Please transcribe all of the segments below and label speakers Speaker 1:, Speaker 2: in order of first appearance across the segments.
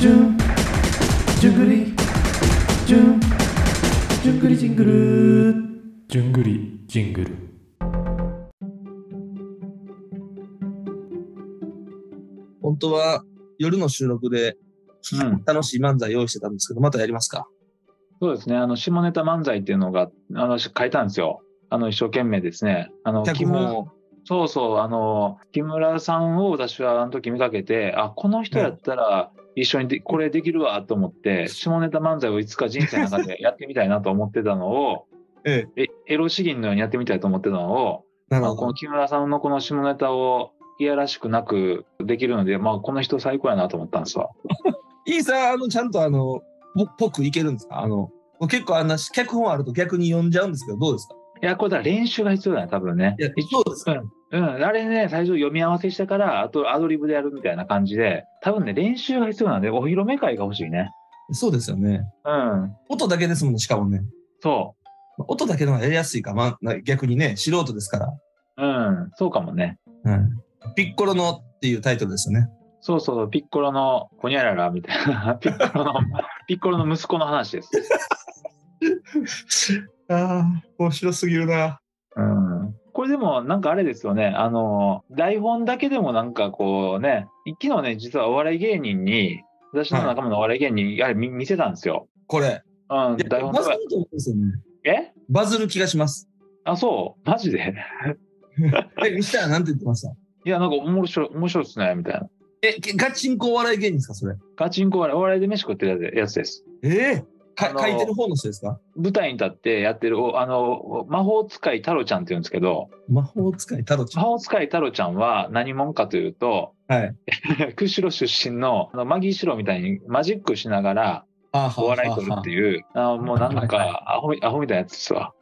Speaker 1: ジュンジュングリジュンジュングリジングル
Speaker 2: じゅんぐりジングル
Speaker 3: 本当は夜の収録で
Speaker 4: うん、
Speaker 3: 楽しい漫才用意してたんですけど、またやりますか
Speaker 4: そうですね、あの下ネタ漫才っていうのがあのし書いたんですよ、あの一生懸命ですね。あの
Speaker 3: 脚
Speaker 4: 木
Speaker 3: 本
Speaker 4: 村
Speaker 3: を。
Speaker 4: そうそうあの、木村さんを私はあの時見かけて、あこの人やったら一緒にでこれできるわと思って、下ネタ漫才をいつか人生の中でやってみたいなと思ってたのを、
Speaker 3: え
Speaker 4: えエロ詩吟のようにやってみたいと思ってたのを、
Speaker 3: なる
Speaker 4: まあ、
Speaker 3: ほ
Speaker 4: こ
Speaker 3: ど
Speaker 4: の。木村さんのこの下ネタをいやらしくなくできるので、まあ、この人最高やなと思ったんですわ。
Speaker 3: イーサー、あの、ちゃんとあの、ぽぽくいけるんですかあの、結構あんなし脚本あると逆に読んじゃうんですけど、どうですか
Speaker 4: いや、これだから練習が必要だね、多分ね。
Speaker 3: いやそうですか
Speaker 4: うん。うん、あれね、最初読み合わせしてから、あとアドリブでやるみたいな感じで、多分ね、練習が必要なんで、お披露目会が欲しいね。
Speaker 3: そうですよね。
Speaker 4: うん。
Speaker 3: 音だけですもんね、しかもね。
Speaker 4: そ
Speaker 3: 音だけの方がやりやすいか、まあな、逆にね、素人ですか
Speaker 4: う。うん。そうかもね。
Speaker 3: ら。うん。ピッコロのっていうタイトルですよね。
Speaker 4: そうそうそう、ピッコロの、ほにゃららみたいな、 ピッコロの、ピッコロの息子の話です。
Speaker 3: ああ、面白すぎるな。
Speaker 4: うん。これでも、なんかあれですよね。あの、台本だけでもなんかこうね、昨日ね、実はお笑い芸人に、私の仲間のお笑い芸人に、やはり見見せたんですよ。
Speaker 3: これ。
Speaker 4: うん、
Speaker 3: いや
Speaker 4: 台本
Speaker 3: バ
Speaker 4: と
Speaker 3: ズ
Speaker 4: か
Speaker 3: る。と思うんですよね。
Speaker 4: え
Speaker 3: バズる気がします。
Speaker 4: あ、そうマジで
Speaker 3: え、ミスターなんて言ってました
Speaker 4: いや、なんか面白い、面白いっすね、みたいな。
Speaker 3: え、けガチンコお笑い芸人ですか、それ。
Speaker 4: ガチンコお笑いお笑いで飯食ってるやつやつです。
Speaker 3: ええか
Speaker 4: あの
Speaker 3: 書いてる方の人ですか
Speaker 4: 舞台に立ってやってる、おあの、魔法使い太郎ちゃんって言うんですけど、
Speaker 3: 魔法使い太郎ちゃ
Speaker 4: 魔
Speaker 3: ん。
Speaker 4: 法使い太郎ちゃんは何者かというと、
Speaker 3: はい。
Speaker 4: 釧路出身のあのマギーシロみたいにマジックしながら
Speaker 3: あー
Speaker 4: お笑い取るっていう、あもうなんだ
Speaker 3: はい
Speaker 4: かアホみアホみたいなやつですわ。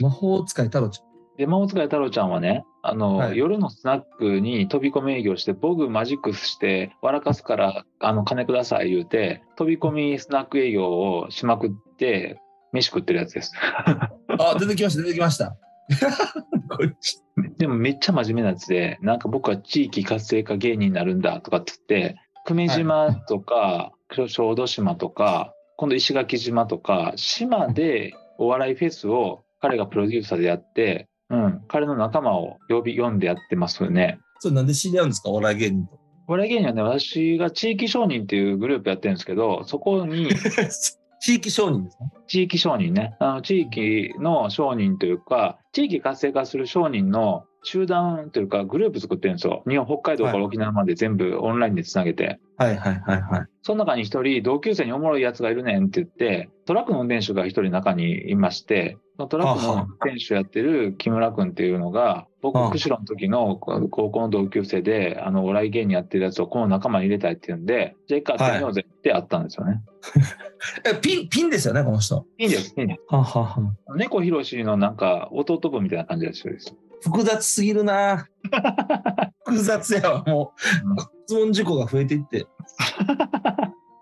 Speaker 3: 魔法使い太郎ち
Speaker 4: で、魔法使い太郎ちゃんはね、あの、
Speaker 3: はい
Speaker 4: 夜のスナックに飛び込み営業して、僕マジックして、笑かすから、あの、金ください言うて、飛び込みスナック営業をしまくって、飯食ってるやつです。
Speaker 3: ゃん。あ、出てきました、出てきました。こっち
Speaker 4: でもめっちゃ真面目なやつで、なんか僕は地域活性化芸人になるんだとかって言って、久米島とか、小豆島とか、今度石垣島とか、島でお笑いフェスを彼がプロデューサーでやって、うん、彼の仲間を呼び、読んでやってますよね。
Speaker 3: それなんで知り合うんですか、お笑い芸人と。
Speaker 4: お笑い芸人はね、私が地域商人っていうグループやってるんですけど、そこに
Speaker 3: 地域商人ですか
Speaker 4: 地域商人ね、あの地域の商人というか、地域活性化する商人の集団というか、グループ作ってるんですよ。日本、北海道から沖縄まで全部オンラインでつなげて。
Speaker 3: はいはいはいはい。
Speaker 4: その中に一人、同級生におもろいやつがいるねんって言って、トラックの運転手が一人中にいまして、そのトラックの運転手やってる木村君っていうのが、僕
Speaker 3: ああ、
Speaker 4: 釧路の時の高校の同級生で、あの、お笑い芸人やってるやつをこの仲間に入れたいっていうんで、じゃあ一回会ってみようぜってあったんですよね。
Speaker 3: え、ピン、ピンですよね、この人。
Speaker 4: い、いんです、いいんです。
Speaker 3: ははは。
Speaker 4: 猫ひろしのなんか弟分みたいな感じがするんです。
Speaker 3: 複雑すぎる な複雑やわ、も
Speaker 4: うん
Speaker 3: う。質問事項が増えていって。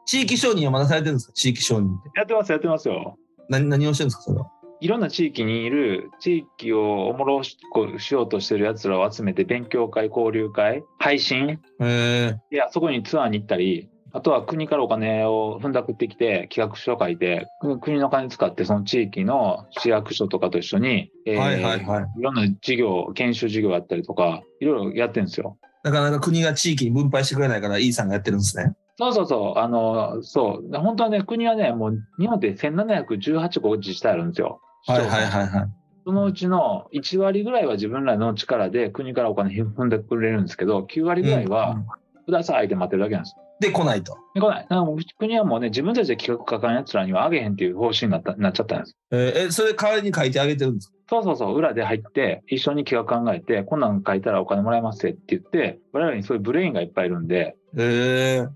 Speaker 3: 地域商人はまだされてるんですか地域商人って。
Speaker 4: やってます、やってますよ。
Speaker 3: 何、何をしてるんですかそれは。
Speaker 4: いろんな地域にいる地域をおもろしくしようとしてるやつらを集めて勉強会、交流会、配信
Speaker 3: へえ。
Speaker 4: いや、そこにツアーに行ったり、あとは国からお金をふんだくってきて、企画書書いて、く国の金使って、その地域の市役所とかと一緒に、えー
Speaker 3: はいはいはい。
Speaker 4: いろんな事業、研修事業やったりとか、いろいろやってるんですよ。
Speaker 3: なかなか国が地域に分配してくれないから、イーさんがやってるんですね。
Speaker 4: そうそうそう、あの、そう、本当はね、国はね、もう日本って1718個自治体あるんですよ。
Speaker 3: はいはい。
Speaker 4: そのうちの1割ぐらいは自分らの力で国からお金踏んでくれるんですけど、9割ぐらいは、くださいって待ってるだけなんですよ
Speaker 3: で、来ないと。
Speaker 4: で、来ない。なんかもう国はもうね、自分たちで企画書かんやつらにはあげへんっていう方針になったなっちゃったんです。
Speaker 3: えーえそれ代わりに書いてあげてるんですか
Speaker 4: そうそうそう、裏で入って、一緒に企画考えて、こんなん書いたらお金もらえますって言って、我々にそういうブレインがいっぱいいるんで、
Speaker 3: えー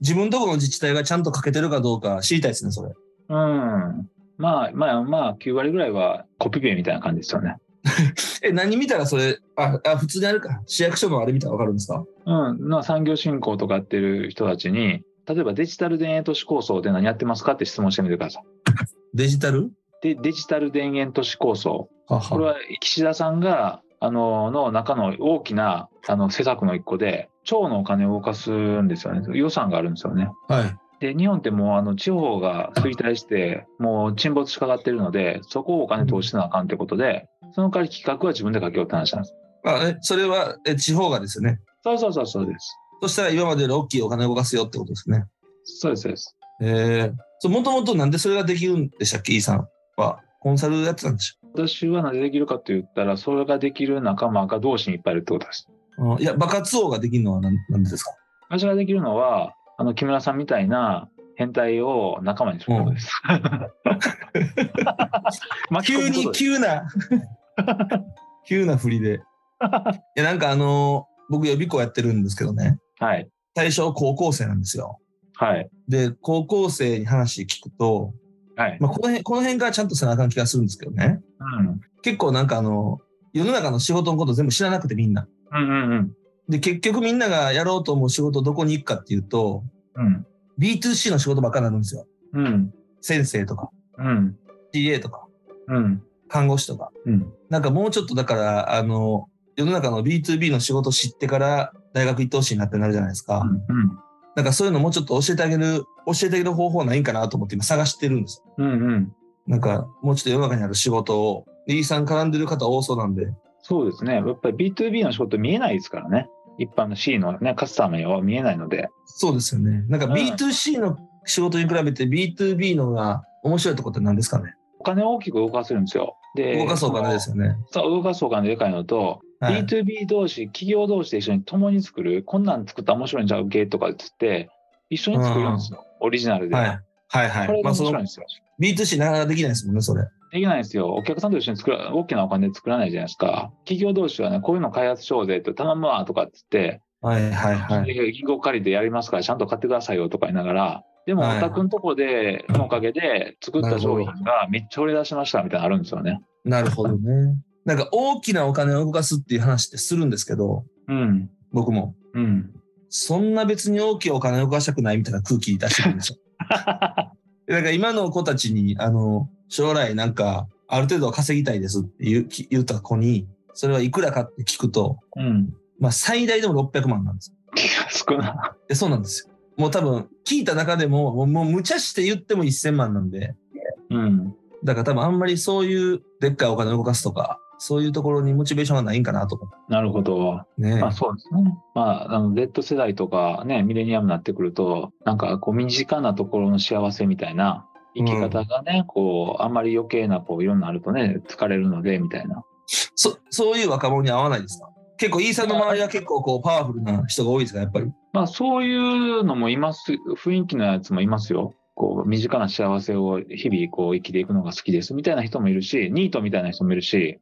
Speaker 3: 自分とこの自治体がちゃんと書けてるかどうか知りたいですね、それ。
Speaker 4: うん。まあまあまあ、9割ぐらいはコピペみたいな感じですよね。
Speaker 3: え、何見たらそれ、あ、あ普通にあるか。市役所のあれ見たらわかるんですか
Speaker 4: うん。まあ産業振興とかやってる人たちに、例えばデジタル田園都市構想で何やってますかって質問してみてください。
Speaker 3: デジタル
Speaker 4: で、デジタル田園都市構想。
Speaker 3: は
Speaker 4: これは岸田さんが、あの、の中の大きな、あの、施策の一個で、町のお金を動かすんですよね。予算があるんですよね。
Speaker 3: はい。
Speaker 4: で、日本ってもうあの地方が衰退して、もう沈没しかかってるので、そこをお金投資しなあかんってことで、その代わり企画は自分でかけようって話なんです。
Speaker 3: あえそれはえ地方がですよね。
Speaker 4: そうそうそうそうです。
Speaker 3: そしたら今までより大きいお金を動かすよってことですね。
Speaker 4: そうです、そうです。
Speaker 3: ええもともとなんでそれができるんでしたっけ、イーさんは。コンサルやってたんでし
Speaker 4: 私はなぜできるかって言ったら、それができる仲間が同士にいっぱいいるってことです。
Speaker 3: ょ。うんいや、爆発王ができるのはなんなんでですか
Speaker 4: 私ができるのは、あの、木村さんみたいな変態を仲間にすることです。 巻き込
Speaker 3: 急
Speaker 4: むこと
Speaker 3: に、
Speaker 4: です
Speaker 3: 急な、急な振りで。いや、なんかあのー僕予備校やってるんですけどね、
Speaker 4: はい。
Speaker 3: 最初高校生なんですよ。
Speaker 4: はい。
Speaker 3: で、高校生に話聞くと、
Speaker 4: はい。
Speaker 3: まあ、この辺、この辺からちゃんとせなあかん気がするんですけどね。
Speaker 4: うん。
Speaker 3: 結構なんかあの、世の中の仕事のこと全部知らなくてみんな。
Speaker 4: うんうんうん。
Speaker 3: で、結局みんながやろうと思う仕事どこに行くかっていうと、
Speaker 4: うん。
Speaker 3: B2C の仕事ばっかりなんですよ。
Speaker 4: うん。
Speaker 3: 先生とか、
Speaker 4: うん。
Speaker 3: CA とか、
Speaker 4: うん。
Speaker 3: 看護師とか。
Speaker 4: うん。
Speaker 3: なんかもうちょっとだから、あの、世の中の B2B の仕事知ってから大学行ってほしいなってなるじゃないですか。なんかそういうのもうちょっと教えてあげる、教えてあげる方法ないんかなと思って今探してるんです。
Speaker 4: うん。うん。
Speaker 3: なんかもうちょっと世の中にある仕事を、で E さん絡んでる方多そうなんで。
Speaker 4: そうですね。やっぱり B2B の仕事見えないですからね。一般の C のね、カスタマーは見えないので。
Speaker 3: そうですよね。なんか
Speaker 4: うん
Speaker 3: B2C の仕事に比べて B2B のが面白いとこって何ですかね、
Speaker 4: お金を大きく動かせるんですよ。で、
Speaker 3: 動かそうかなですよね。
Speaker 4: そう動かそうかのでかいのと、
Speaker 3: はい
Speaker 4: B2B 同士、企業同士で一緒に共に作る、こんなん作ったら面白いんちゃうけとかっつって、一緒に作るんですよ、オリジナルで。
Speaker 3: はい、はいは
Speaker 4: これ
Speaker 3: い。ま
Speaker 4: が
Speaker 3: あ
Speaker 4: 面
Speaker 3: そ
Speaker 4: 白いん
Speaker 3: の
Speaker 4: ですよ。
Speaker 3: B2C なかなかできないですもんね、それ。
Speaker 4: できないですよ。お客さんと一緒に作ら、大きなお金で作らないじゃないですか。企業同士はね、こういうの開発しようぜと頼むわとかっつって、
Speaker 3: はいはいはい。
Speaker 4: で銀行借りてやりますから、ちゃんと買ってくださいよとか言いながら、でも、
Speaker 3: はい
Speaker 4: お宅のとこで、のおかげで作った商品がめっちゃ売れ出しましたみたいなのあるんですよね。
Speaker 3: なるほどね。なんか大きなお金を動かすっていう話ってするんですけど、
Speaker 4: うん。
Speaker 3: 僕も。
Speaker 4: うん。
Speaker 3: そんな別に大きいお金を動かしたくないみたいな空気出してくるんですよ。だから今の子たちに、あの、将来なんか、ある程度は稼ぎたいですって言うき言った子に、それはいくらかって聞くと、
Speaker 4: うん。
Speaker 3: まあ最大でも600万なんですよ。
Speaker 4: 気が少な。
Speaker 3: でそうなんですよ。もう多分、聞いた中でも、もうもう無茶して言っても1000万なんで、
Speaker 4: うん。
Speaker 3: だから多分あんまりそういうでっかいお金を動かすとか、そういうところにモチベーションがないんかなと思
Speaker 4: なるほど。
Speaker 3: う。ねえ
Speaker 4: まあそうですね。まあ、あの、Z 世代とかね、ミレニアムになってくると、なんかこう身近なところの幸せみたいな生き方がね、こう、あんまり余計なこう、いろんなのあるとね、疲れるので、みたいな。
Speaker 3: そそういう若者に合わないですか結構、イーサンの周りは結構こうパワフルな人が多いですか、やっぱり。
Speaker 4: まあそういうのもいます、雰囲気のやつもいますよ。こう、身近な幸せを日々こう、生きていくのが好きですみたいな人もいるし、ニートみたいな人もいるし、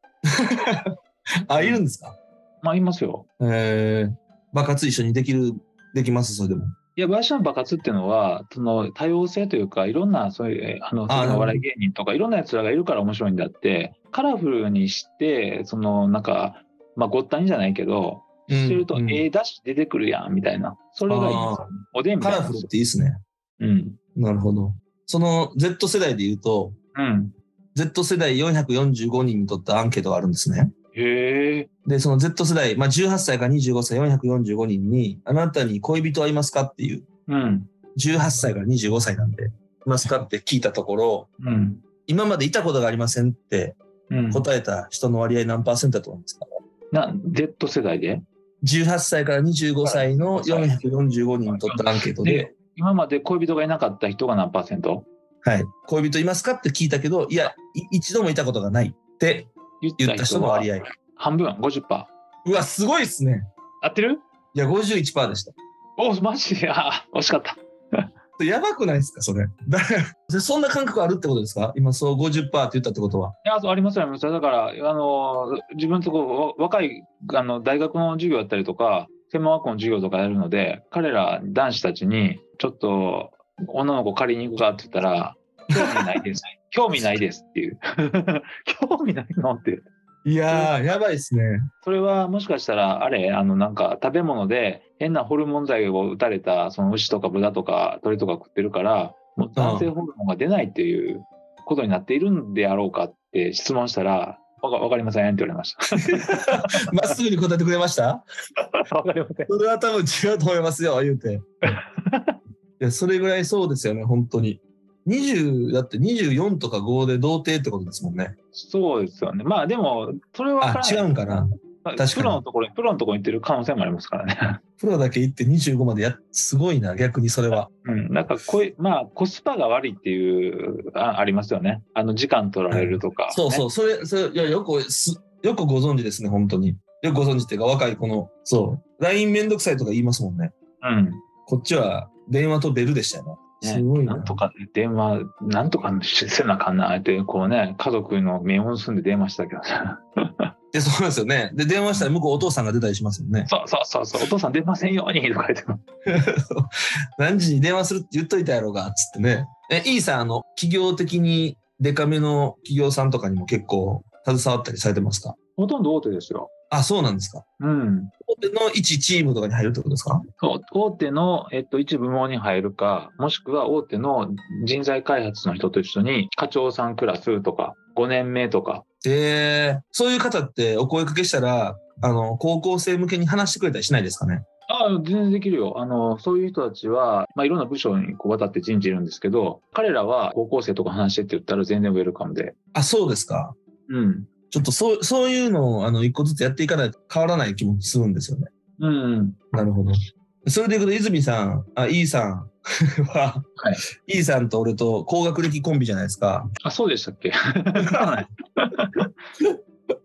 Speaker 3: あ、いるんですか
Speaker 4: まあいますよ。
Speaker 3: えー、爆発一緒にできる、できます、それでも。
Speaker 4: いや、私の爆発っていうのは、その多様性というか、いろんな、そういう、えあの、
Speaker 3: あー
Speaker 4: そのお笑い芸人とか、いろんな奴らがいるから面白いんだって、カラフルにして、その、なんか、まあ、ごったにじゃないけど、
Speaker 3: うん
Speaker 4: してると、
Speaker 3: うん
Speaker 4: ええだし出てくるやん、みたいな。それがいいんですよね。おでんみ
Speaker 3: カ
Speaker 4: たい
Speaker 3: ラ
Speaker 4: な
Speaker 3: フ
Speaker 4: ん
Speaker 3: ルっ
Speaker 4: ですよ。
Speaker 3: ていいですね。
Speaker 4: うん。
Speaker 3: なるほど。その Z 世代で言うと、
Speaker 4: うん。
Speaker 3: Z 世代445人にとったアンケートがあるんですね。
Speaker 4: へえ。
Speaker 3: で、その Z 世代、まあ、18歳から25歳445人に、あなたに恋人はいますかっていう、
Speaker 4: うん。
Speaker 3: 18歳から25歳なんで、いますかって聞いたところ、
Speaker 4: うん。
Speaker 3: 今までいたことがありませんって
Speaker 4: うん。
Speaker 3: 答えた人の割合何パーセントだと思うんですか
Speaker 4: な、Z 世代で
Speaker 3: ?18 歳から25歳の445人にとったアンケートで、
Speaker 4: 今まで恋人がいなかった人が何パーセント
Speaker 3: はい、恋人いますかって聞いたけど、いや、い一度もいたことがないって
Speaker 4: 言っ
Speaker 3: 言ったた
Speaker 4: 人
Speaker 3: 人の
Speaker 4: が
Speaker 3: 割合。
Speaker 4: 半分、50%。
Speaker 3: うわ、すごいですね。
Speaker 4: 合ってる
Speaker 3: いや、51%でした。
Speaker 4: おマジで、あー、惜しかった。
Speaker 3: やばくないですか、それ。 だでそんな感覚あるってことですか今、そう50%って言ったってことは。
Speaker 4: いや、そうありますあります。だから、あの、自分とこう、わ若い、あの、大学の授業だったりとか、専門学校の授業とかやるので、彼ら男子たちに、ちょっと、女の子借りに行くかって言ったら、興味ないです。興味ないですっていう。 興味ないのっていう。
Speaker 3: いやー、やばいですね。
Speaker 4: それはもしかしたら、あれ、あの、なんか食べ物で変なホルモン剤を打たれた、その牛とか豚とか鳥とか食ってるから、もう男性ホルモンが出ないっていうことになっているんであろうかって質問したら、わかわかりませんって言われました。
Speaker 3: まっすぐに答えてくれました
Speaker 4: わかりません。
Speaker 3: それは多分違うと思いますよ、言うて。や、それぐらいそうですよね、本当に。20、だって24とか5で童貞ってことですもんね。
Speaker 4: そうですよね。まあでも、それは分
Speaker 3: あ
Speaker 4: か、
Speaker 3: 違
Speaker 4: ら
Speaker 3: う
Speaker 4: ない
Speaker 3: んかな。
Speaker 4: まあ
Speaker 3: 確かに
Speaker 4: プロのところに、プロのところに行ってる可能性もありますからね。
Speaker 3: プロだけ行って25までやっ、すごいな、逆にそれは。
Speaker 4: うん。なんかこい、まあ、コスパが悪いっていう、あありますよね。あの、時間取られるとか、
Speaker 3: そう
Speaker 4: う。
Speaker 3: そう、それ、それ、いや、よく、すよくご存知ですね、本当に。よくご存知っていうか、若い子の、そう、LINE めんどくさいとか言いますもんね。
Speaker 4: うん。
Speaker 3: こっちは電話とベルでしたよね。
Speaker 4: ね
Speaker 3: すごい
Speaker 4: な
Speaker 3: な。
Speaker 4: んとか電話、なんとかせなあかんなって、こうね、家族の目を盗んで電話したけどね。
Speaker 3: で、そうなんですよね。で、電話したら向こうお父さんが出たりしますもんね。
Speaker 4: そうそうそうそう、お父さん出ませんようにとか言って。
Speaker 3: 何時に電話するって言っといたやろうが、つってね。え、いいさん、あの、企業的にデカめの企業さんとかにも結構携わったりされてますか
Speaker 4: ほとんど大手ですよ。
Speaker 3: あ、そうなんですか。
Speaker 4: うん。
Speaker 3: 大手の一チームとかに入るってことですか
Speaker 4: そう大手の、えっと、一部門に入るか、もしくは大手の人材開発の人と一緒に、課長さんクラスとか、5年目とか、
Speaker 3: で、そういう方ってお声かけしたら、あの、高校生向けに話してくれたりしないですかね。
Speaker 4: ああ、全然できるよ。あの、そういう人たちは、まあ、いろんな部署にこう渡って人事いるんですけど、彼らは高校生とか話してって言ったら全然ウェルカムで。
Speaker 3: あ、そうですか。
Speaker 4: うん。
Speaker 3: ちょっとそう、そういうのを、あの、一個ずつやっていかないと変わらない気もするんですよね。
Speaker 4: うん。
Speaker 3: なるほど。それでいくと、泉さん、あ、イーさん は、
Speaker 4: はい
Speaker 3: イーさんと俺と高学歴コンビじゃないですか。
Speaker 4: あ、そうでしたっけ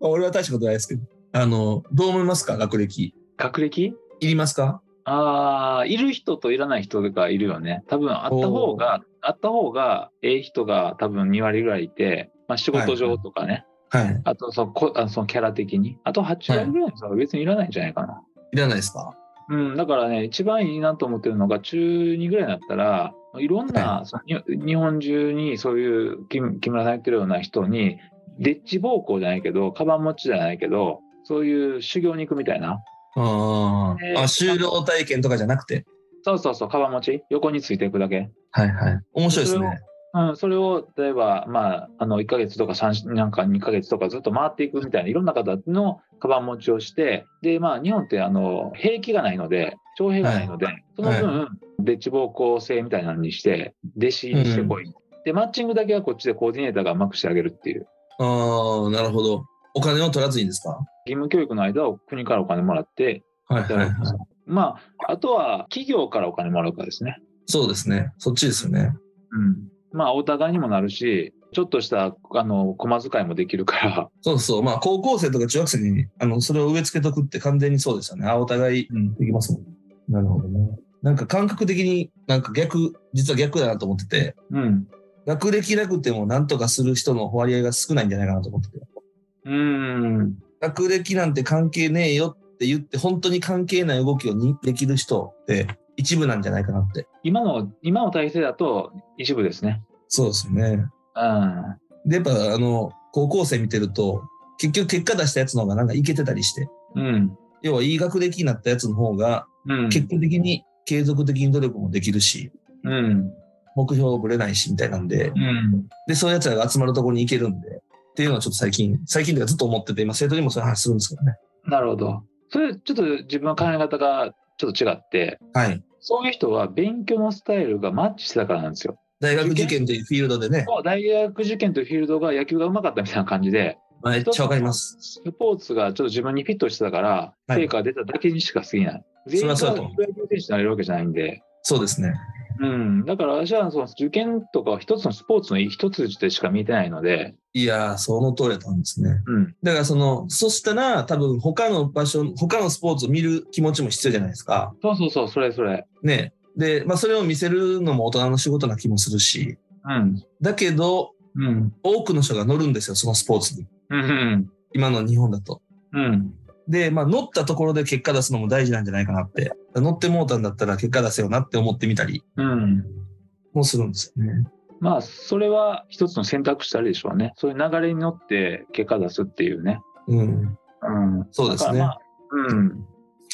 Speaker 3: 俺は大したことないですけど。あの、どう思いますか学歴。
Speaker 4: 学歴
Speaker 3: いりますか
Speaker 4: ああ、いる人といらない人がいるよね。多分、あった方が、あった方が、ええ人が多分2割ぐらいいて、まあ、仕事上とかね。
Speaker 3: はい。
Speaker 4: あとそのこ、あのそのキャラ的に。あと8割ぐらいの人は別にいらないんじゃないかな。
Speaker 3: いらないですか
Speaker 4: うん、だからね、一番いいなと思ってるのが、中2ぐらいになったら、いろんな、そのに日本中にそういう木木村さん言ってるような人に、でっち奉公じゃないけど、カバン持ちじゃないけど、そういう修行に行くみたいな。
Speaker 3: あ
Speaker 4: え
Speaker 3: あ。
Speaker 4: ー
Speaker 3: あ、就労体験とかじゃなくて。
Speaker 4: そうそうそう、カバン持ち、横についていくだけ。
Speaker 3: はいはい。面白いです
Speaker 4: それを
Speaker 3: ね。
Speaker 4: うん、それを例えば、まあ、あの1ヶ月とか3なんか2ヶ月とかずっと回っていくみたいないろんな方のカバン持ちをしてで、まあ、日本ってあの兵器がないので徴兵がないので、その分、でっち奉公制みたいなのにして弟子にしてこい、でマッチングだけはこっちでコーディネーターがうまくしてあげるっていう
Speaker 3: ああ、なるほど。お金を取らずにですか
Speaker 4: 義務教育の間を国からお金もらって
Speaker 3: はい
Speaker 4: 働くんですよまああとは企業からお金もらうかですね
Speaker 3: そうですね。そっちですよね。
Speaker 4: うん、まあお互いにもなるしちょっとしたあの駒遣いもできるから、
Speaker 3: そうそう。まあ、高校生とか中学生に、あの、それを植え付けとくって完全にそうですよね。あ、お互い、できますもん。なるほどね。なんか感覚的になんか逆、実は逆だなと思ってて、
Speaker 4: うん
Speaker 3: 学歴なくても何とかする人の割合が少ないんじゃないかなと思ってて。
Speaker 4: うん
Speaker 3: 学歴なんて関係ねえよって言って、本当に関係ない動きをにできる人って一部なんじゃないかなって。
Speaker 4: 今の今の体制だと一部ですね。
Speaker 3: そうですよね。
Speaker 4: うん、
Speaker 3: で、やっぱあの、高校生見てると、結局結果出したやつの方がなんかいけてたりして、
Speaker 4: うん、
Speaker 3: 要はいい学歴になったやつの方が
Speaker 4: うん、
Speaker 3: 結果的に継続的に努力もできるし、
Speaker 4: うん、
Speaker 3: 目標をぶれないしみたいなんで、
Speaker 4: うん、
Speaker 3: で、そういうやつらが集まるところに行けるんで、っていうのはちょっと最近、最近というかずっと思ってて、今生徒にもそういう話するんですけどね。
Speaker 4: なるほど。それちょっと自分の考え方がちょっと違って、
Speaker 3: はい。
Speaker 4: そういう人は勉強のスタイルがマッチしてたからなんですよ。
Speaker 3: 大学受験というフィールドでね、
Speaker 4: もう大学受験というフィールドが野球がうまかったみたいな感じで、
Speaker 3: めっちゃわかります。
Speaker 4: スポーツがちょっと自分にフィットしてたから、
Speaker 3: はい
Speaker 4: 成果が出ただけにしか過ぎない。全員がプ
Speaker 3: そりゃそうだ
Speaker 4: ロ
Speaker 3: と
Speaker 4: 野
Speaker 3: 思う
Speaker 4: 球選手になれるわけじゃないんで。
Speaker 3: そうですね。
Speaker 4: うん。だから私はその受験とかは一つのスポーツの一つでしか見てないので、
Speaker 3: いやー、その通りだったんですね。
Speaker 4: うん。
Speaker 3: だからその、そしたら多分他の場所、他のスポーツを見る気持ちも必要じゃないですか。
Speaker 4: そうそうそう、それそれ。
Speaker 3: ね。で、まあそれを見せるのも大人の仕事な気もするし、
Speaker 4: うん。
Speaker 3: だけど、
Speaker 4: うん。
Speaker 3: 多くの人が乗るんですよ、そのスポーツに。
Speaker 4: うん。
Speaker 3: 今の日本だと。
Speaker 4: うん。
Speaker 3: で、まあ、乗ったところで結果出すのも大事なんじゃないかなって。乗ってもうたんだったら結果出せよなって思ってみたり
Speaker 4: うん。
Speaker 3: もするんですよね。
Speaker 4: まあ、それは一つの選択肢であるでしょうね。そういう流れに乗って結果出すっていうね。
Speaker 3: うん。
Speaker 4: うん。
Speaker 3: そうですね。
Speaker 4: だからまあうん。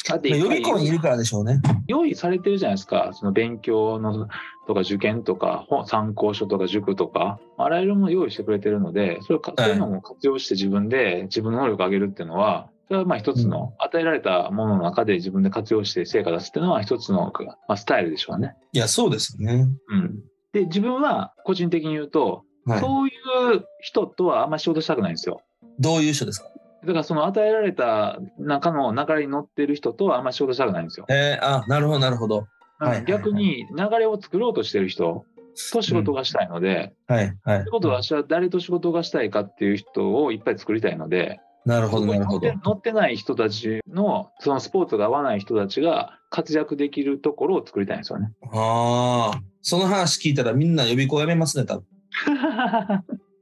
Speaker 4: だって
Speaker 3: まあ予備校にいるからでしょうね。
Speaker 4: 用意されてるじゃないですか、その勉強のとか受験とか、本参考書とか塾とか、あらゆるもの用意してくれてるので、それをか
Speaker 3: は
Speaker 4: そ
Speaker 3: いう
Speaker 4: いうのも活用して自分で、自分の能力を上げるっていうのは、そそれはまあ一つの、与えられたものの中で自分で活用して成果出すっていうのは一つの、まあ、スタイルでしょうね。
Speaker 3: いや、そうですよね。
Speaker 4: うん。で、自分は個人的に言うと、
Speaker 3: はい。
Speaker 4: そういう人とはあんまり仕事したくないんですよ。
Speaker 3: どういう人ですか
Speaker 4: だからその与えられた中の流れに乗ってる人とはあんまり仕事したくないんですよ。
Speaker 3: えー、あ、なるほど、なるほど。はい
Speaker 4: うん逆に流れを作ろうとしてる人と仕事がしたいので、
Speaker 3: はい、はい
Speaker 4: という。ことは私は誰と仕事がしたいかっていう人をいっぱい作りたいので、
Speaker 3: なるほど、
Speaker 4: そこ
Speaker 3: な
Speaker 4: に
Speaker 3: る
Speaker 4: 乗
Speaker 3: ほ
Speaker 4: っ
Speaker 3: ど
Speaker 4: て。乗ってない人たちの、そのスポーツが合わない人たちが活躍できるところを作りたいんですよ ね。
Speaker 3: ああ、その話聞いたらみんな予備校やめますね、多分。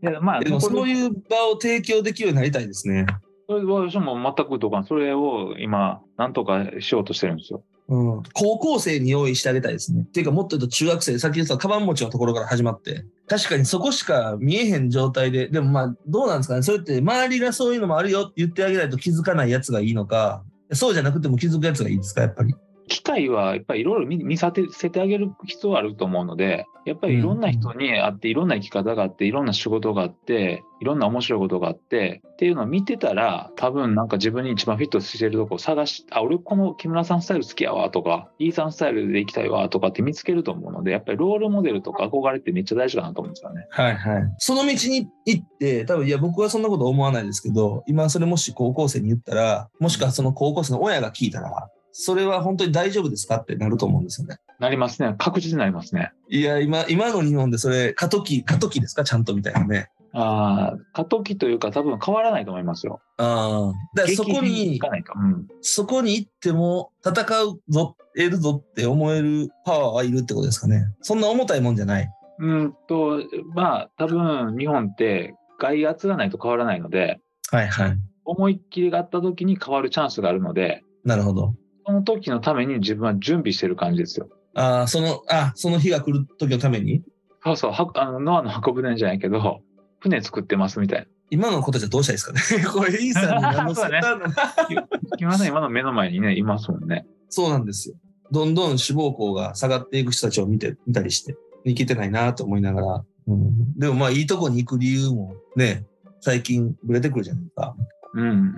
Speaker 4: いやまあ、
Speaker 3: でも
Speaker 4: これ
Speaker 3: そういう場を提供できるようになりたいですね。
Speaker 4: それは私も全く同感、それを今、なんとかしようとしてるんですよ。
Speaker 3: うん、高校生に用意してあげたいですね。っていうか、もっと言うと中学生、さっき言ったカバン持ちのところから始まって、確かにそこしか見えへん状態で、でもまあ、どうなんですかね、それって周りがそういうのもあるよって言ってあげないと気づかないやつがいいのか、そうじゃなくても気づくやつがいいですか、やっぱり。
Speaker 4: 機会はやっぱりいろいろ見見させてあげる必要はあると思うので、やっぱりいろんな人に会って、いろんな生き方があって、いろんな仕事があって、いろんな面白いことがあってっていうのを見てたら、多分なんか自分に一番フィットしてるとこを探し、あ、俺この木村さんスタイル好きやわとか、イーさんスタイルで行きたいわとかって見つけると思うので、やっぱりロールモデルとか憧れってめっちゃ大事かなと思うんですよね。
Speaker 3: はいはい。その道に行って、多分いや、僕はそんなこと思わないですけど、今それもし高校生に言ったら、もしくはその高校生の親が聞いたら、それは本当に大丈夫ですかってなると思うんですよね。
Speaker 4: なりますね。確実になりますね。
Speaker 3: いや、今、今の日本でそれ、過渡期、過渡期ですかちゃんとみたいなね。
Speaker 4: ああ、過渡期というか多分変わらないと思いますよ。
Speaker 3: ああ。だからそこ
Speaker 4: 激変い
Speaker 3: に
Speaker 4: か、ないと。うん。
Speaker 3: そこに行っても戦うぞ、得るぞって思えるパワーはいるってことですかね。そんな重たいもんじゃない。
Speaker 4: うんと、まあ、多分日本って外圧がないと変わらないので、
Speaker 3: はいはい。
Speaker 4: 思いっきりがあった時に変わるチャンスがあるので、
Speaker 3: なるほど。
Speaker 4: その時のために自分は準備してる感じですよ。
Speaker 3: ああ、その、あ、その日が来る時のために、
Speaker 4: そうそう、はあのノアの 箱舟じゃないけど、船作ってますみたい
Speaker 3: 今の子たちはどうしたらいいですかね。 これ、イーサーに何のせ
Speaker 4: そうだ
Speaker 3: たの
Speaker 4: な。木村さん、今の目の前にね、いますもんね。
Speaker 3: そうなんですよ。どんどん志望校が下がっていく人たちを見て、見たりして、いけてないなと思いながら。うん、でもまあ、いいとこに行く理由もね、最近ぶれてくるじゃないですか。
Speaker 4: うん。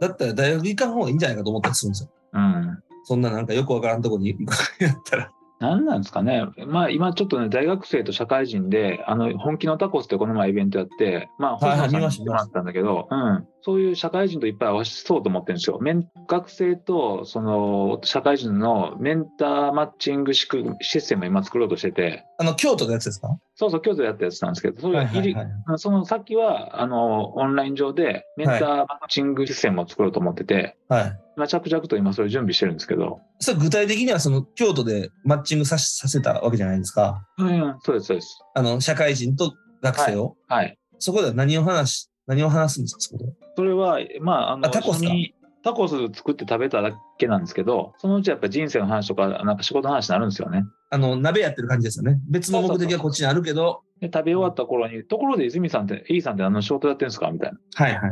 Speaker 3: だったら大学行かん方がいいんじゃないかと思ったりするんですよ。
Speaker 4: うん。
Speaker 3: そんななんかよくわからんとこに行くやったら。
Speaker 4: 何なんですかね。まあ、今ちょっとね、大学生と社会人で、あの、本気のタコスってこの前イベントやって、ま
Speaker 3: は
Speaker 4: あ、
Speaker 3: いはい
Speaker 4: 本
Speaker 3: 見
Speaker 4: 気
Speaker 3: ま
Speaker 4: の
Speaker 3: した
Speaker 4: してもらったんだけど、うん。そういう社会人といっぱい合わせそうと思ってるんですよ。メン学生と、その、社会人のメンターマッチングシクシステムを今作ろうとしてて、
Speaker 3: あの、京都のやつですか
Speaker 4: そうそう、京都でやったやつなんですけど、それ入り
Speaker 3: い。
Speaker 4: その先は、あの、オンライン上で、メンターマッチングシステムを作ろうと思ってて、
Speaker 3: はい。
Speaker 4: まあ着々と今それ準備してるんですけど、
Speaker 3: それ具体的にはその京都でマッチングさしさせたわけじゃないですか。
Speaker 4: うん、そうです、そうです。
Speaker 3: あの、社会人と学生を。
Speaker 4: はい。
Speaker 3: そこでは何を話し、何を話すんですか、そこで。
Speaker 4: それは、まあ、あの
Speaker 3: あタコスか
Speaker 4: 一緒にタコス作って食べただけなんですけど、そのうちやっぱ人生の話とか、なんか仕事の話になるんですよね。
Speaker 3: あの、鍋やってる感じですよね。別の目的はこっちにあるけど。
Speaker 4: で、食べ終わった頃に、ところで泉さんって、E さんってあの仕事やってるんですかみたいな。
Speaker 3: はいはい。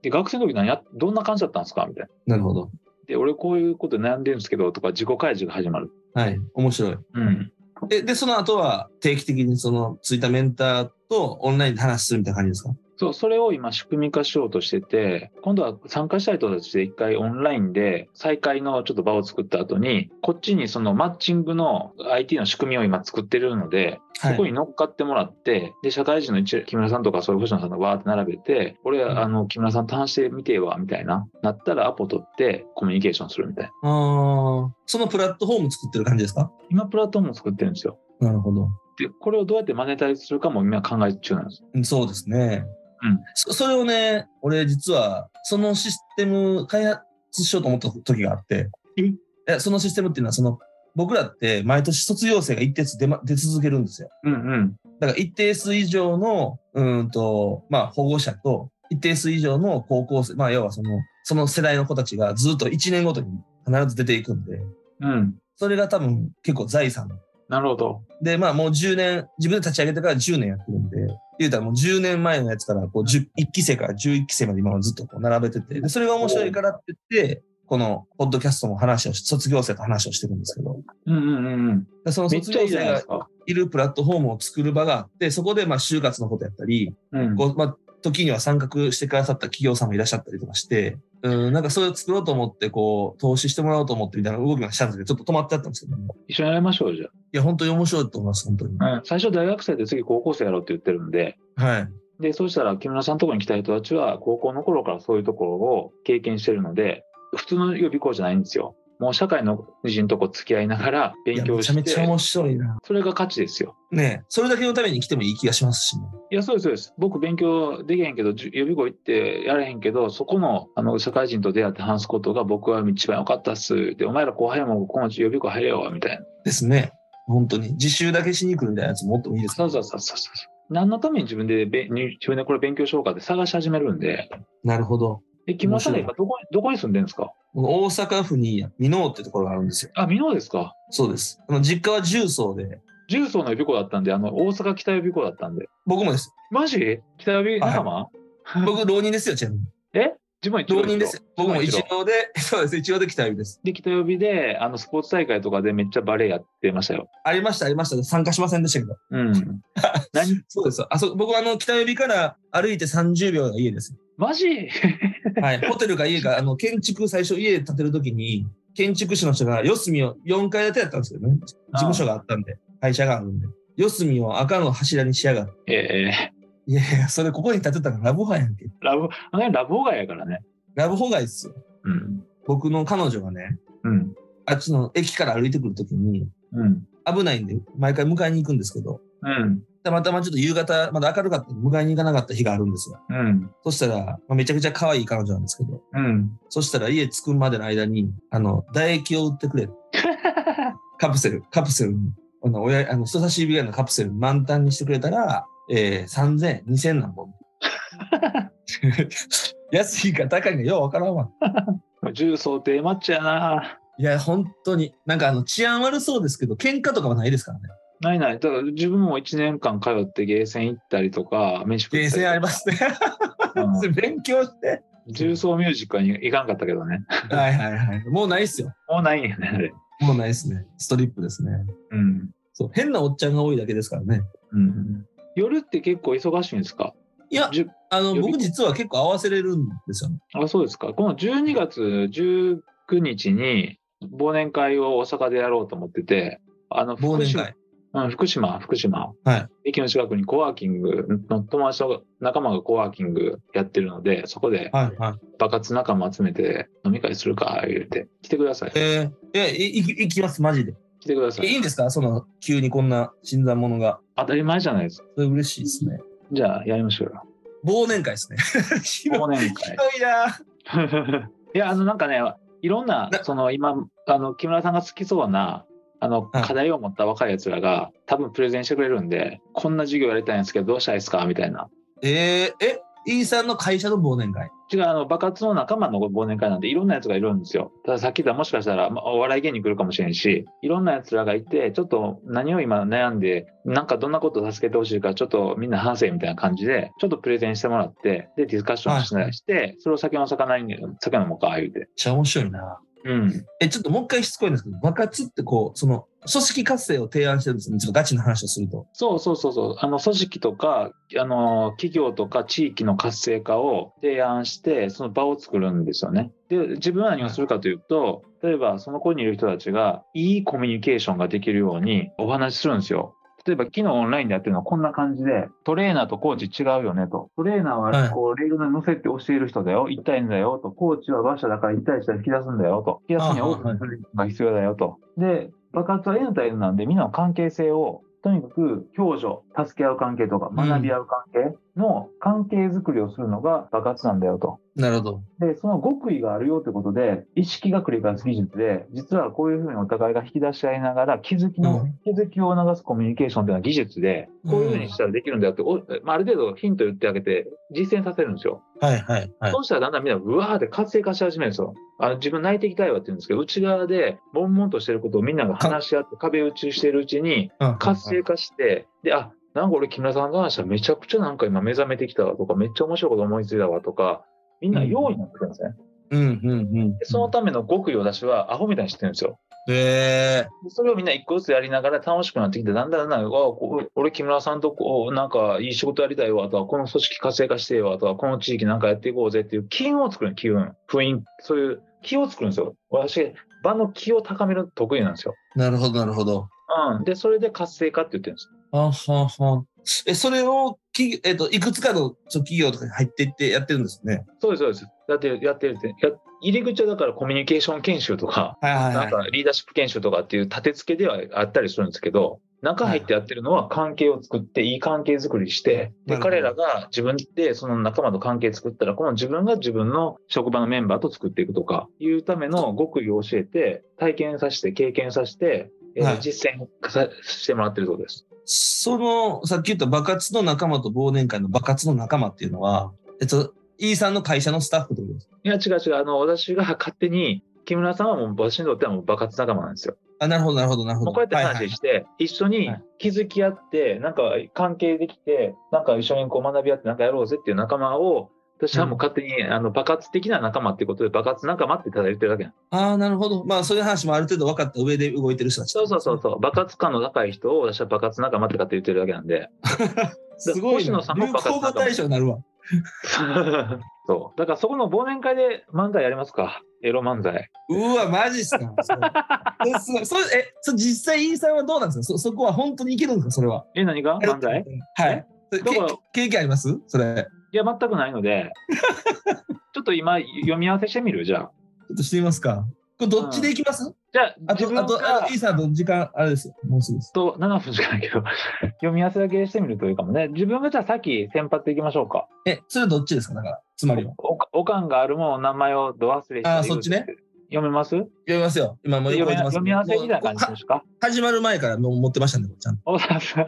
Speaker 4: で、学生の時何や、どんな感じだったんですかみたい
Speaker 3: な
Speaker 4: な。
Speaker 3: るほど。
Speaker 4: で、俺こういうこと悩んでるんですけど、とか自己開示が始まる。
Speaker 3: はい。面白い。
Speaker 4: うん。
Speaker 3: で、で、その後は定期的にその、ついたメンターとオンラインで話するみたいな感じですか
Speaker 4: そう、それを今仕組み化しようとしてて、今度は参加したい人たちで一回オンラインで再開のちょっと場を作った後に、こっちにそのマッチングの IT の仕組みを今作ってるので、そこに乗っかってもらって、で、社会人の一木村さんとか、そういう星野さんとかわーって並べて、俺、あの、木村さんと話してみてえわ、みたいな。なったらアポ取ってコミュニケーションするみたいな。
Speaker 3: あーそのプラットフォーム作ってる感じですか
Speaker 4: 今、プラットフォームを作ってるんですよ。
Speaker 3: なるほど。
Speaker 4: で、これをどうやってマネタイズするかも今考え中なんです。
Speaker 3: うんそうですね。
Speaker 4: うん
Speaker 3: そそれをね、俺実は、そのシステム開発しようと思った時があって、
Speaker 4: え
Speaker 3: いやそのシステムっていうのは、その、僕らって毎年卒業生が一定数出,、ま、出続けるんですよ。
Speaker 4: うんうん。
Speaker 3: だから一定数以上の、うーんと、まあ保護者と、一定数以上の高校生、まあ要はその、その世代の子たちがずっと1年ごとに必ず出ていくんで、
Speaker 4: うん。
Speaker 3: それが多分結構財産
Speaker 4: なるほど。
Speaker 3: で、まあもう10年、自分で立ち上げてから10年やってるんで、言うたらもう10年前のやつから、こう、1期生から11期生まで今はずっとこう並べてて、で、それが面白いからって言って、この、ポッドキャストも話をし、卒業生と話をしてるんですけど、
Speaker 4: うんうんうんうん。
Speaker 3: でその
Speaker 4: めっ
Speaker 3: 卒
Speaker 4: ちゃ
Speaker 3: 業
Speaker 4: いいじゃ
Speaker 3: 生
Speaker 4: ないで
Speaker 3: が
Speaker 4: すか。
Speaker 3: いるプラットフォームを作る場があって、そこでまあ就活のことやったり、
Speaker 4: うん。
Speaker 3: こうまあ、時には参画してくださった企業さんもいらっしゃったりとかして、うん、なんかそれを作ろうと思って、こう、投資してもらおうと思ってみたいな動きがしたんですけど、ちょっと止まっちゃったんですけども、
Speaker 4: 一緒にやりましょうよじゃ
Speaker 3: いや、本当に面白いと思います、本当に。
Speaker 4: あ、最初大学生で次高校生やろうって言ってるんで、
Speaker 3: はい。
Speaker 4: で、そうしたら木村さんのところに来た人たちは、高校の頃からそういうところを経験してるので、普通の予備校じゃないんですよ。もう社会の人とこう付き合いながら
Speaker 3: い
Speaker 4: 勉
Speaker 3: や、
Speaker 4: 強
Speaker 3: めちゃめ
Speaker 4: し
Speaker 3: ちゃ
Speaker 4: て、
Speaker 3: 面白いな。
Speaker 4: それが価値ですよ。
Speaker 3: ねえそれだけのために来てもいい気がしますしね。
Speaker 4: いや、そうです、そうです。僕勉強できへんけど、じゅ予備校行ってやれへんけど、そこの、あの、社会人と出会って話すことが僕は一番良かったっす。で、お前ら後輩もこのうち予備校入れよ、みたいな。
Speaker 3: ですね。本当に。自習だけしに来るみたいなやつもっともいいです
Speaker 4: そうそうそうそうそう。何のために自分でべ、に自分でこれ勉強しようかって探し始めるんで。
Speaker 3: なるほど。
Speaker 4: え、木村さん
Speaker 3: 面白
Speaker 4: 今どこに、どこに住んでるんですか
Speaker 3: 大阪府に箕面ってところがあるんですよ。
Speaker 4: あ、美濃ですか
Speaker 3: そうです。あの実家は重曹で、
Speaker 4: 重曹の予備校だったんで、あの、大阪北予備校だったんで。
Speaker 3: 僕もです。
Speaker 4: マジ北予備仲間、
Speaker 3: 僕、浪人ですよ、ちなみに。
Speaker 4: 自分は一応
Speaker 3: 浪人です。僕も一郎で、 そうです。一郎で北見です。
Speaker 4: で、北予備で、あの、スポーツ大会とかでめっちゃバレーやってましたよ。
Speaker 3: ありました、ありました。参加しませんでしたけど。
Speaker 4: うん。何
Speaker 3: そうです。あそ僕はあの北寄りから歩いて30秒が家です。
Speaker 4: マジ
Speaker 3: はい。ホテルか家か、あの、建築、最初家建てるときに、建築士の人が四隅を、4階建てだったんですけどね。事務所があったんで、会社があるんで。四隅を赤の柱にしやがって。
Speaker 4: ええ
Speaker 3: いやいや、それここに建てたらラブホやんけ。
Speaker 4: ラブ、あの辺ラブホ街やからね。
Speaker 3: ラブホ街ですよ。
Speaker 4: うん。
Speaker 3: 僕の彼女がね、
Speaker 4: うん。
Speaker 3: あっちの駅から歩いてくるときに、
Speaker 4: うん。
Speaker 3: 危ないんで、毎回迎えに行くんですけど、
Speaker 4: うん。
Speaker 3: たまたまちょっと夕方、まだ明るかったんで迎えに行かなかった日があるんですよ。
Speaker 4: うん。
Speaker 3: そしたら、まあ、めちゃくちゃ可愛い彼女なんですけど、
Speaker 4: うん。
Speaker 3: そしたら家着くまでの間に、あの、唾液を売ってくれ。カプセル、カプセルに、あの、親、あの、人差し指ぐらいのカプセル満タンにしてくれたら、えー、3000、2000なんぼ。安いか高いかようわからんわ。
Speaker 4: 重曹ってえマッチやない
Speaker 3: や、本当に。なんかあの、治安悪そうですけど、喧嘩とかはないですからね。
Speaker 4: ないない。だから自分も1年間通ってゲーセン行ったりとか、飯食った
Speaker 3: ゲ
Speaker 4: り
Speaker 3: ー
Speaker 4: とか
Speaker 3: センありますね。
Speaker 4: う
Speaker 3: 勉強して。
Speaker 4: ん重曹ミュージックは行かんかったけどね。
Speaker 3: はいはいはい。もうないっすよ。
Speaker 4: もうないんやね、あれ。
Speaker 3: もうないっすね。ストリップですね。
Speaker 4: うん。
Speaker 3: そう、変なおっちゃんが多いだけですからね。
Speaker 4: うん夜って結構忙しいんですか
Speaker 3: いや、
Speaker 4: じゅ
Speaker 3: あの、
Speaker 4: 予備
Speaker 3: 僕実は結構合わせれるんですよね。
Speaker 4: あそうですかこの12月19日に忘年会を大阪でやろうと思っててあの
Speaker 3: 忘
Speaker 4: 福
Speaker 3: 年
Speaker 4: 島
Speaker 3: 会。
Speaker 4: うん福島福島、
Speaker 3: はい
Speaker 4: 駅の近くにコワーキングの友達と仲間がコワーキングやってるのでそこで
Speaker 3: はいはい。
Speaker 4: バカツ仲間集めて飲み会するか言うて来てください
Speaker 3: えー、いや、いい行きます、マジで。
Speaker 4: 来てくださ
Speaker 3: えい
Speaker 4: い
Speaker 3: いんですかその、急にこんな新参者が。
Speaker 4: 当たり前じゃないですか
Speaker 3: それ嬉しいですね。
Speaker 4: じゃあやりましょうよ
Speaker 3: 忘年会ですね。 ひど
Speaker 4: 忘年会
Speaker 3: ひ どいな。
Speaker 4: いや、あの、なんかね、いろんな、
Speaker 3: な
Speaker 4: その、今、あの、木村さんが好きそうな、あの、
Speaker 3: はい
Speaker 4: 課題を持った若い奴らが、多分プレゼンしてくれるんで、こんな授業やりたいんですけど、どうしたらいいですかみたいな。
Speaker 3: えー、え、イーさんの会社の忘年会。
Speaker 4: 違う、あの、爆発の仲間の忘年会なんで、いろんな奴がいるんですよ。ただ、さっき言ったもしかしたら、まあ、お笑い芸人来るかもしれんし、いろんな奴らがいて、ちょっと何を今悩んで、なんかどんなことを助けてほしいか、ちょっとみんな反省みたいな感じで、ちょっとプレゼンしてもらって、で、ディスカッションしなして、それを酒の魚に、酒飲もうか、言うて
Speaker 3: めっ。ちゃ面白いな。
Speaker 4: うん。
Speaker 3: え、ちょっともう一回しつこいんですけど、爆発ってこう、その、組織活性を提案してるんですよね。ちょっとガチな話をすると。
Speaker 4: そうそうそうそう。あの、組織とか、あの、企業とか地域の活性化を提案して、その場を作るんですよね。で、自分は何をするかというと、例えばその子にいる人たちが、いいコミュニケーションができるようにお話しするんですよ。例えば、昨日オンラインでやってるのはこんな感じで、トレーナーとコーチ違うよねと。トレーナー
Speaker 3: は
Speaker 4: はいこう、レールに乗せて教える人だよ。1対2だよと。コーチは馬車だから1対1で引き出すんだよと。引き出すにはオープンにするのが必要だよと。で、爆発は N 対 N なんで、みんなの関係性を、とにかく、共助、助け合う関係とか、
Speaker 3: ん
Speaker 4: 学び合う関係の関係づくりをするのが爆発なんだよと。
Speaker 3: なるほど。
Speaker 4: で、その極意があるよということで、意識が繰り返す技術で、実はこういうふうにお互いが引き出し合いながら、気づきの、
Speaker 3: うん
Speaker 4: 気づきを促すコミュニケーションというのは技術で、こういうふうにしたらできるんだよって、おまあ、ある程度ヒント言ってあげて、実践させるんですよ。
Speaker 3: はいはいはい。
Speaker 4: そうしたらだんだんみんな、うわーって活性化し始めるんですよ。あの自分内的対話って言うんですけど、内側で、悶々としてることをみんなが話し合って、壁打ちしてるうちに、
Speaker 3: うん
Speaker 4: 活性化して、で、あ、なんか俺木村さんの話はめちゃくちゃなんか今目覚めてきたわとか、めっちゃ面白いこと思いついたわとか、みんな用意になってくるんですね。
Speaker 3: うんうんうん。
Speaker 4: でそのための極意を私はアホみたいに知ってるんですよ。
Speaker 3: え
Speaker 4: それをみんな一個ずつやりながら楽しくなってきて、だんだんだんだん、わあこ俺、木村さんとこう、なんかいい仕事やりたいわとか、この組織活性化してえわとか、この地域なんかやっていこうぜっていう機運を作る、機運、雰囲気、そういう気を作るんですよ。私、場の気を高めるの得意なんですよ。
Speaker 3: ー、なるほど、なるほど。
Speaker 4: うん。で、それで活性化って言ってるんです。
Speaker 3: はんはんはん。え、それをき、えっと、いくつかのそう企業とかに入っていってやってるんですね。
Speaker 4: そうです、そうです。だって、やってるって。や入り口はだからコミュニケーション研修とか、
Speaker 3: はいはい
Speaker 4: なんかリーダーシップ研修とかっていう立て付けではあったりするんですけど、中入ってやってるのは関係を作って、いい関係作りして、
Speaker 3: なるほ
Speaker 4: で、
Speaker 3: ど
Speaker 4: 彼らが自分でその仲間と関係作ったら、この自分が自分の職場のメンバーと作っていくとか、いうための極意を教えて、体験させて、経験させて、えー
Speaker 3: はい
Speaker 4: 実践さしてもらってるそうです。
Speaker 3: その、さっき言った爆発の仲間と忘年会の爆発の仲間っていうのは、えっと、E さんの会社のスタッフってことです。
Speaker 4: いや、違う違う。あの、私が勝手に、木村さんはもう私にとってはもう爆発仲間なんですよ。
Speaker 3: あ、なるほど、なるほど、なるほど。
Speaker 4: もうこうやって
Speaker 3: はいはい
Speaker 4: 話して、一緒に気づき合って、なんか関係できて、なんか一緒にこう学び合って、なんかやろうぜっていう仲間を、私はもう勝手に、あの爆発的な仲間っていうことで、爆発仲間ってただ言ってるだけなんです
Speaker 3: ああ、なるほど。まあ、そういう話もある程度分かった上で動いてる人たち。
Speaker 4: そうそうそうそう、爆発感の高い人を私は爆発仲間って勝手に言ってるだけな んで、
Speaker 3: すごい、
Speaker 4: 星
Speaker 3: ね。
Speaker 4: 野さんも
Speaker 3: 流
Speaker 4: 爆発
Speaker 3: 行語大賞になるわ。
Speaker 4: そう、だからそこの忘年会で漫才やりますか、エロ漫才。
Speaker 3: うわ、マジっすか。それそれそれえ、それ実際、E さんはどうなんですかそそこは本当にいけるんですかそれは。
Speaker 4: え、何が漫才
Speaker 3: はい。それ
Speaker 4: だから
Speaker 3: け経験ありますそれ。
Speaker 4: いや、全くないので、 ちょっと今、読み合わせしてみるじゃあ。
Speaker 3: ちょっとしてみますか。これどっちでいきます、
Speaker 4: じゃあ、
Speaker 3: あ
Speaker 4: 自
Speaker 3: と、
Speaker 4: 分
Speaker 3: あと、
Speaker 4: が
Speaker 3: あの、イーサーと時間、あれですよ。もうすぐです。
Speaker 4: と7分しかないけど、 読み合わせだけしてみるというかもね、自分がじゃあさっき先発でいきましょうか。
Speaker 3: え、それどっちですかだから、つまりは。
Speaker 4: おおおかんがあるもの、名前をど忘れして。
Speaker 3: あーそっちね。
Speaker 4: 読めます
Speaker 3: 読みますよ。今もう
Speaker 4: 読
Speaker 3: 覚え
Speaker 4: み
Speaker 3: てます
Speaker 4: 読み合わせみたいな
Speaker 3: もう
Speaker 4: 感じ
Speaker 3: は
Speaker 4: ですか
Speaker 3: 始まる前からもう持ってましたね、ちゃんと。
Speaker 4: おさすが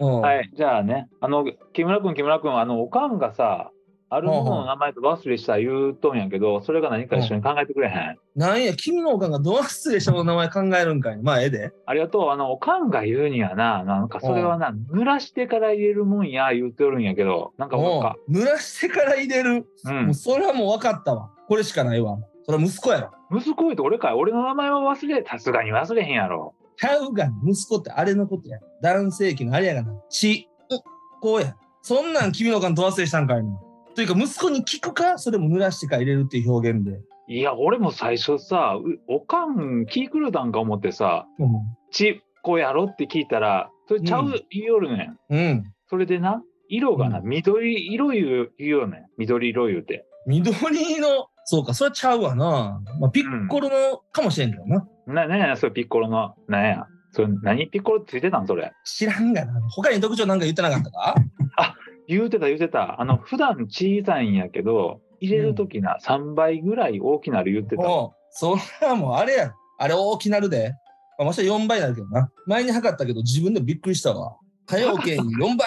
Speaker 3: うん
Speaker 4: はい、じゃあね、あの、木村君、木村君、あの、おかんがさ、あるものの名前と忘れした言うとんやけど、それが何か一緒に考えてくれへん。
Speaker 3: なんや、君のおかんがどう失礼したの名前考えるんかい。まあ、ええで。
Speaker 4: ありがとう。あの、おかんが言うにはな、なんかそれはな、濡らしてから入れるもんや、言うてるんやけど、なんかおか、
Speaker 3: うん。濡らしてから入れる。
Speaker 4: う
Speaker 3: も
Speaker 4: ん
Speaker 3: う、それはもう分かったわ。これしかないわ。それは息子やろ。
Speaker 4: 息子言うと俺かい、俺の名前は忘れ、さすがに忘れへんやろ。
Speaker 3: ちゃうがな息子ってあれのことや。男性器のあれやがな。ち、う、こうや。そんなん君のおかんと忘れしたんかいな。というか、息子に聞くか、それも濡らしてから入れるっていう表現で。
Speaker 4: いや、俺も最初さ、うおかん、聞いくるだんか思ってさ、
Speaker 3: うん
Speaker 4: ちっこやろって聞いたら、それちゃ
Speaker 3: う
Speaker 4: うん言いよるねん。
Speaker 3: うん。
Speaker 4: それでな、色がな、
Speaker 3: うん
Speaker 4: 緑色言う言うよねん。緑色言うて。
Speaker 3: 緑の、そうか、それちゃうわな。まあ、ピッコロのかもしれんけどな。
Speaker 4: な、なんや、それピッコロの、なんや。それ何ピッコロついてたんそれ。
Speaker 3: 知らんがな。他に特徴なんか言ってなかったか
Speaker 4: 言うてた言うてた。あの、普段小さいんやけど、入れるときな、3倍ぐらい大きなる言ってた。
Speaker 3: おうそれはもうあれやろ。あれ大きなるで。まあ、もし4倍になるけどな。前に測ったけど自分でびっくりしたわ。火曜券4倍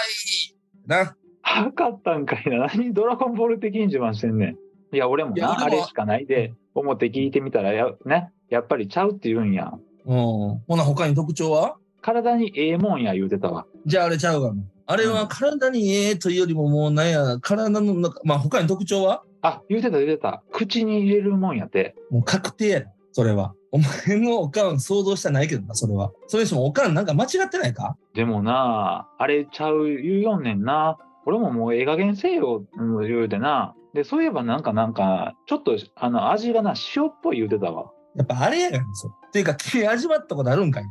Speaker 3: な。
Speaker 4: 測ったんかいな。 何ドラゴンボール的に自慢してんねん。いや、俺も
Speaker 3: いや
Speaker 4: な、
Speaker 3: 俺も
Speaker 4: あれしかないで、思って聞いてみたらや、ね、やっぱりちゃうって言うんや。
Speaker 3: うん。ほな、他に特徴は
Speaker 4: 体にええもんや言うてたわ。
Speaker 3: じゃああれちゃうがな。あれは体にええというよりももうなんや、体の中、まあ他に特徴は
Speaker 4: あ、言うてた言うてた。口に入れるもんやって。
Speaker 3: もう確定やろ。それは。お前のおかん想像したないけどな、それは。それにしてもおかんなんか間違ってないか
Speaker 4: でもな、あれちゃう言うよんねんな。俺ももうええ加減せえよ、うん言うてな。で、そういえばなんかなんか、ちょっとあの味がな、塩っぽい言うてたわ。
Speaker 3: やっぱあれやがな、そう。っていうか、君味わったことあるんかい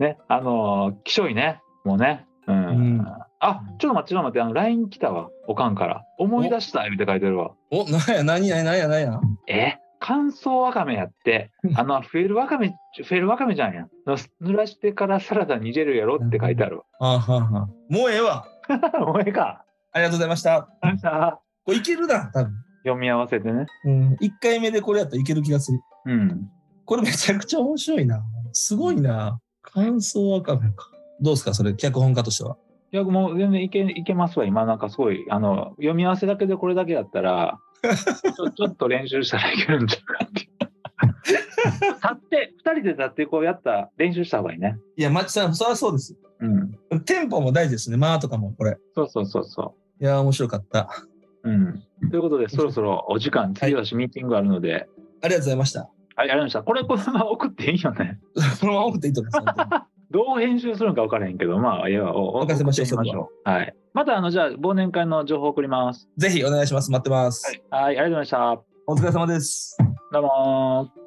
Speaker 4: ね、あの、気性いね、もうね。うん。
Speaker 3: うん
Speaker 4: あ、ちょっと待って、ちょっと待って、あの、LINE 来たわ、おかんから。思い出したいって書いてるわ。
Speaker 3: お、なんや、何や、何や、何や。
Speaker 4: え乾燥わかめやって、あの、フェルわかめ、フェルわかめじゃんや。濡らしてからサラダに入れるやろって書いてあるわ。
Speaker 3: あはんはんもうええわ。
Speaker 4: お前か。
Speaker 3: ありがとうございました。
Speaker 4: 読
Speaker 3: これいけるな、多分。
Speaker 4: み合わせてね。
Speaker 3: うん。1回目でこれやったらいける気がする。
Speaker 4: うん。
Speaker 3: これめちゃくちゃ面白いな。すごいな。感想わかめか。どうですか、それ、脚本家としては。
Speaker 4: いや、もう全然いけいけますわ、今。なんかすごい、あの、読み合わせだけでこれだけだっ たら、ちょちょっと練習したらいけるんじゃないかって。立って、二人で立ってこうやった練習した方がいいね。
Speaker 3: いや、まちさん、そりゃそうです。
Speaker 4: うん。
Speaker 3: テンポも大事ですね。まあとかも、これ。
Speaker 4: そうそうそうそ
Speaker 3: いや、面白かった。
Speaker 4: う。うん。ということで、そろそろお時間、次だしミーティングあるので、
Speaker 3: ありがとうございました。
Speaker 4: はい、ありました。これ、このまま送っていいよね。
Speaker 3: そのまま送っていいと思います本当に。
Speaker 4: どう編集するのか分からへんけど、まあ、いや、お
Speaker 3: 任せましょう
Speaker 4: 送ってみう。はい。また、あの、じゃあ、忘年会の情報送 ります。
Speaker 3: ぜひお願いします。待ってます。
Speaker 4: はい、ありがとうございました。
Speaker 3: お疲れ様です。
Speaker 4: どうもー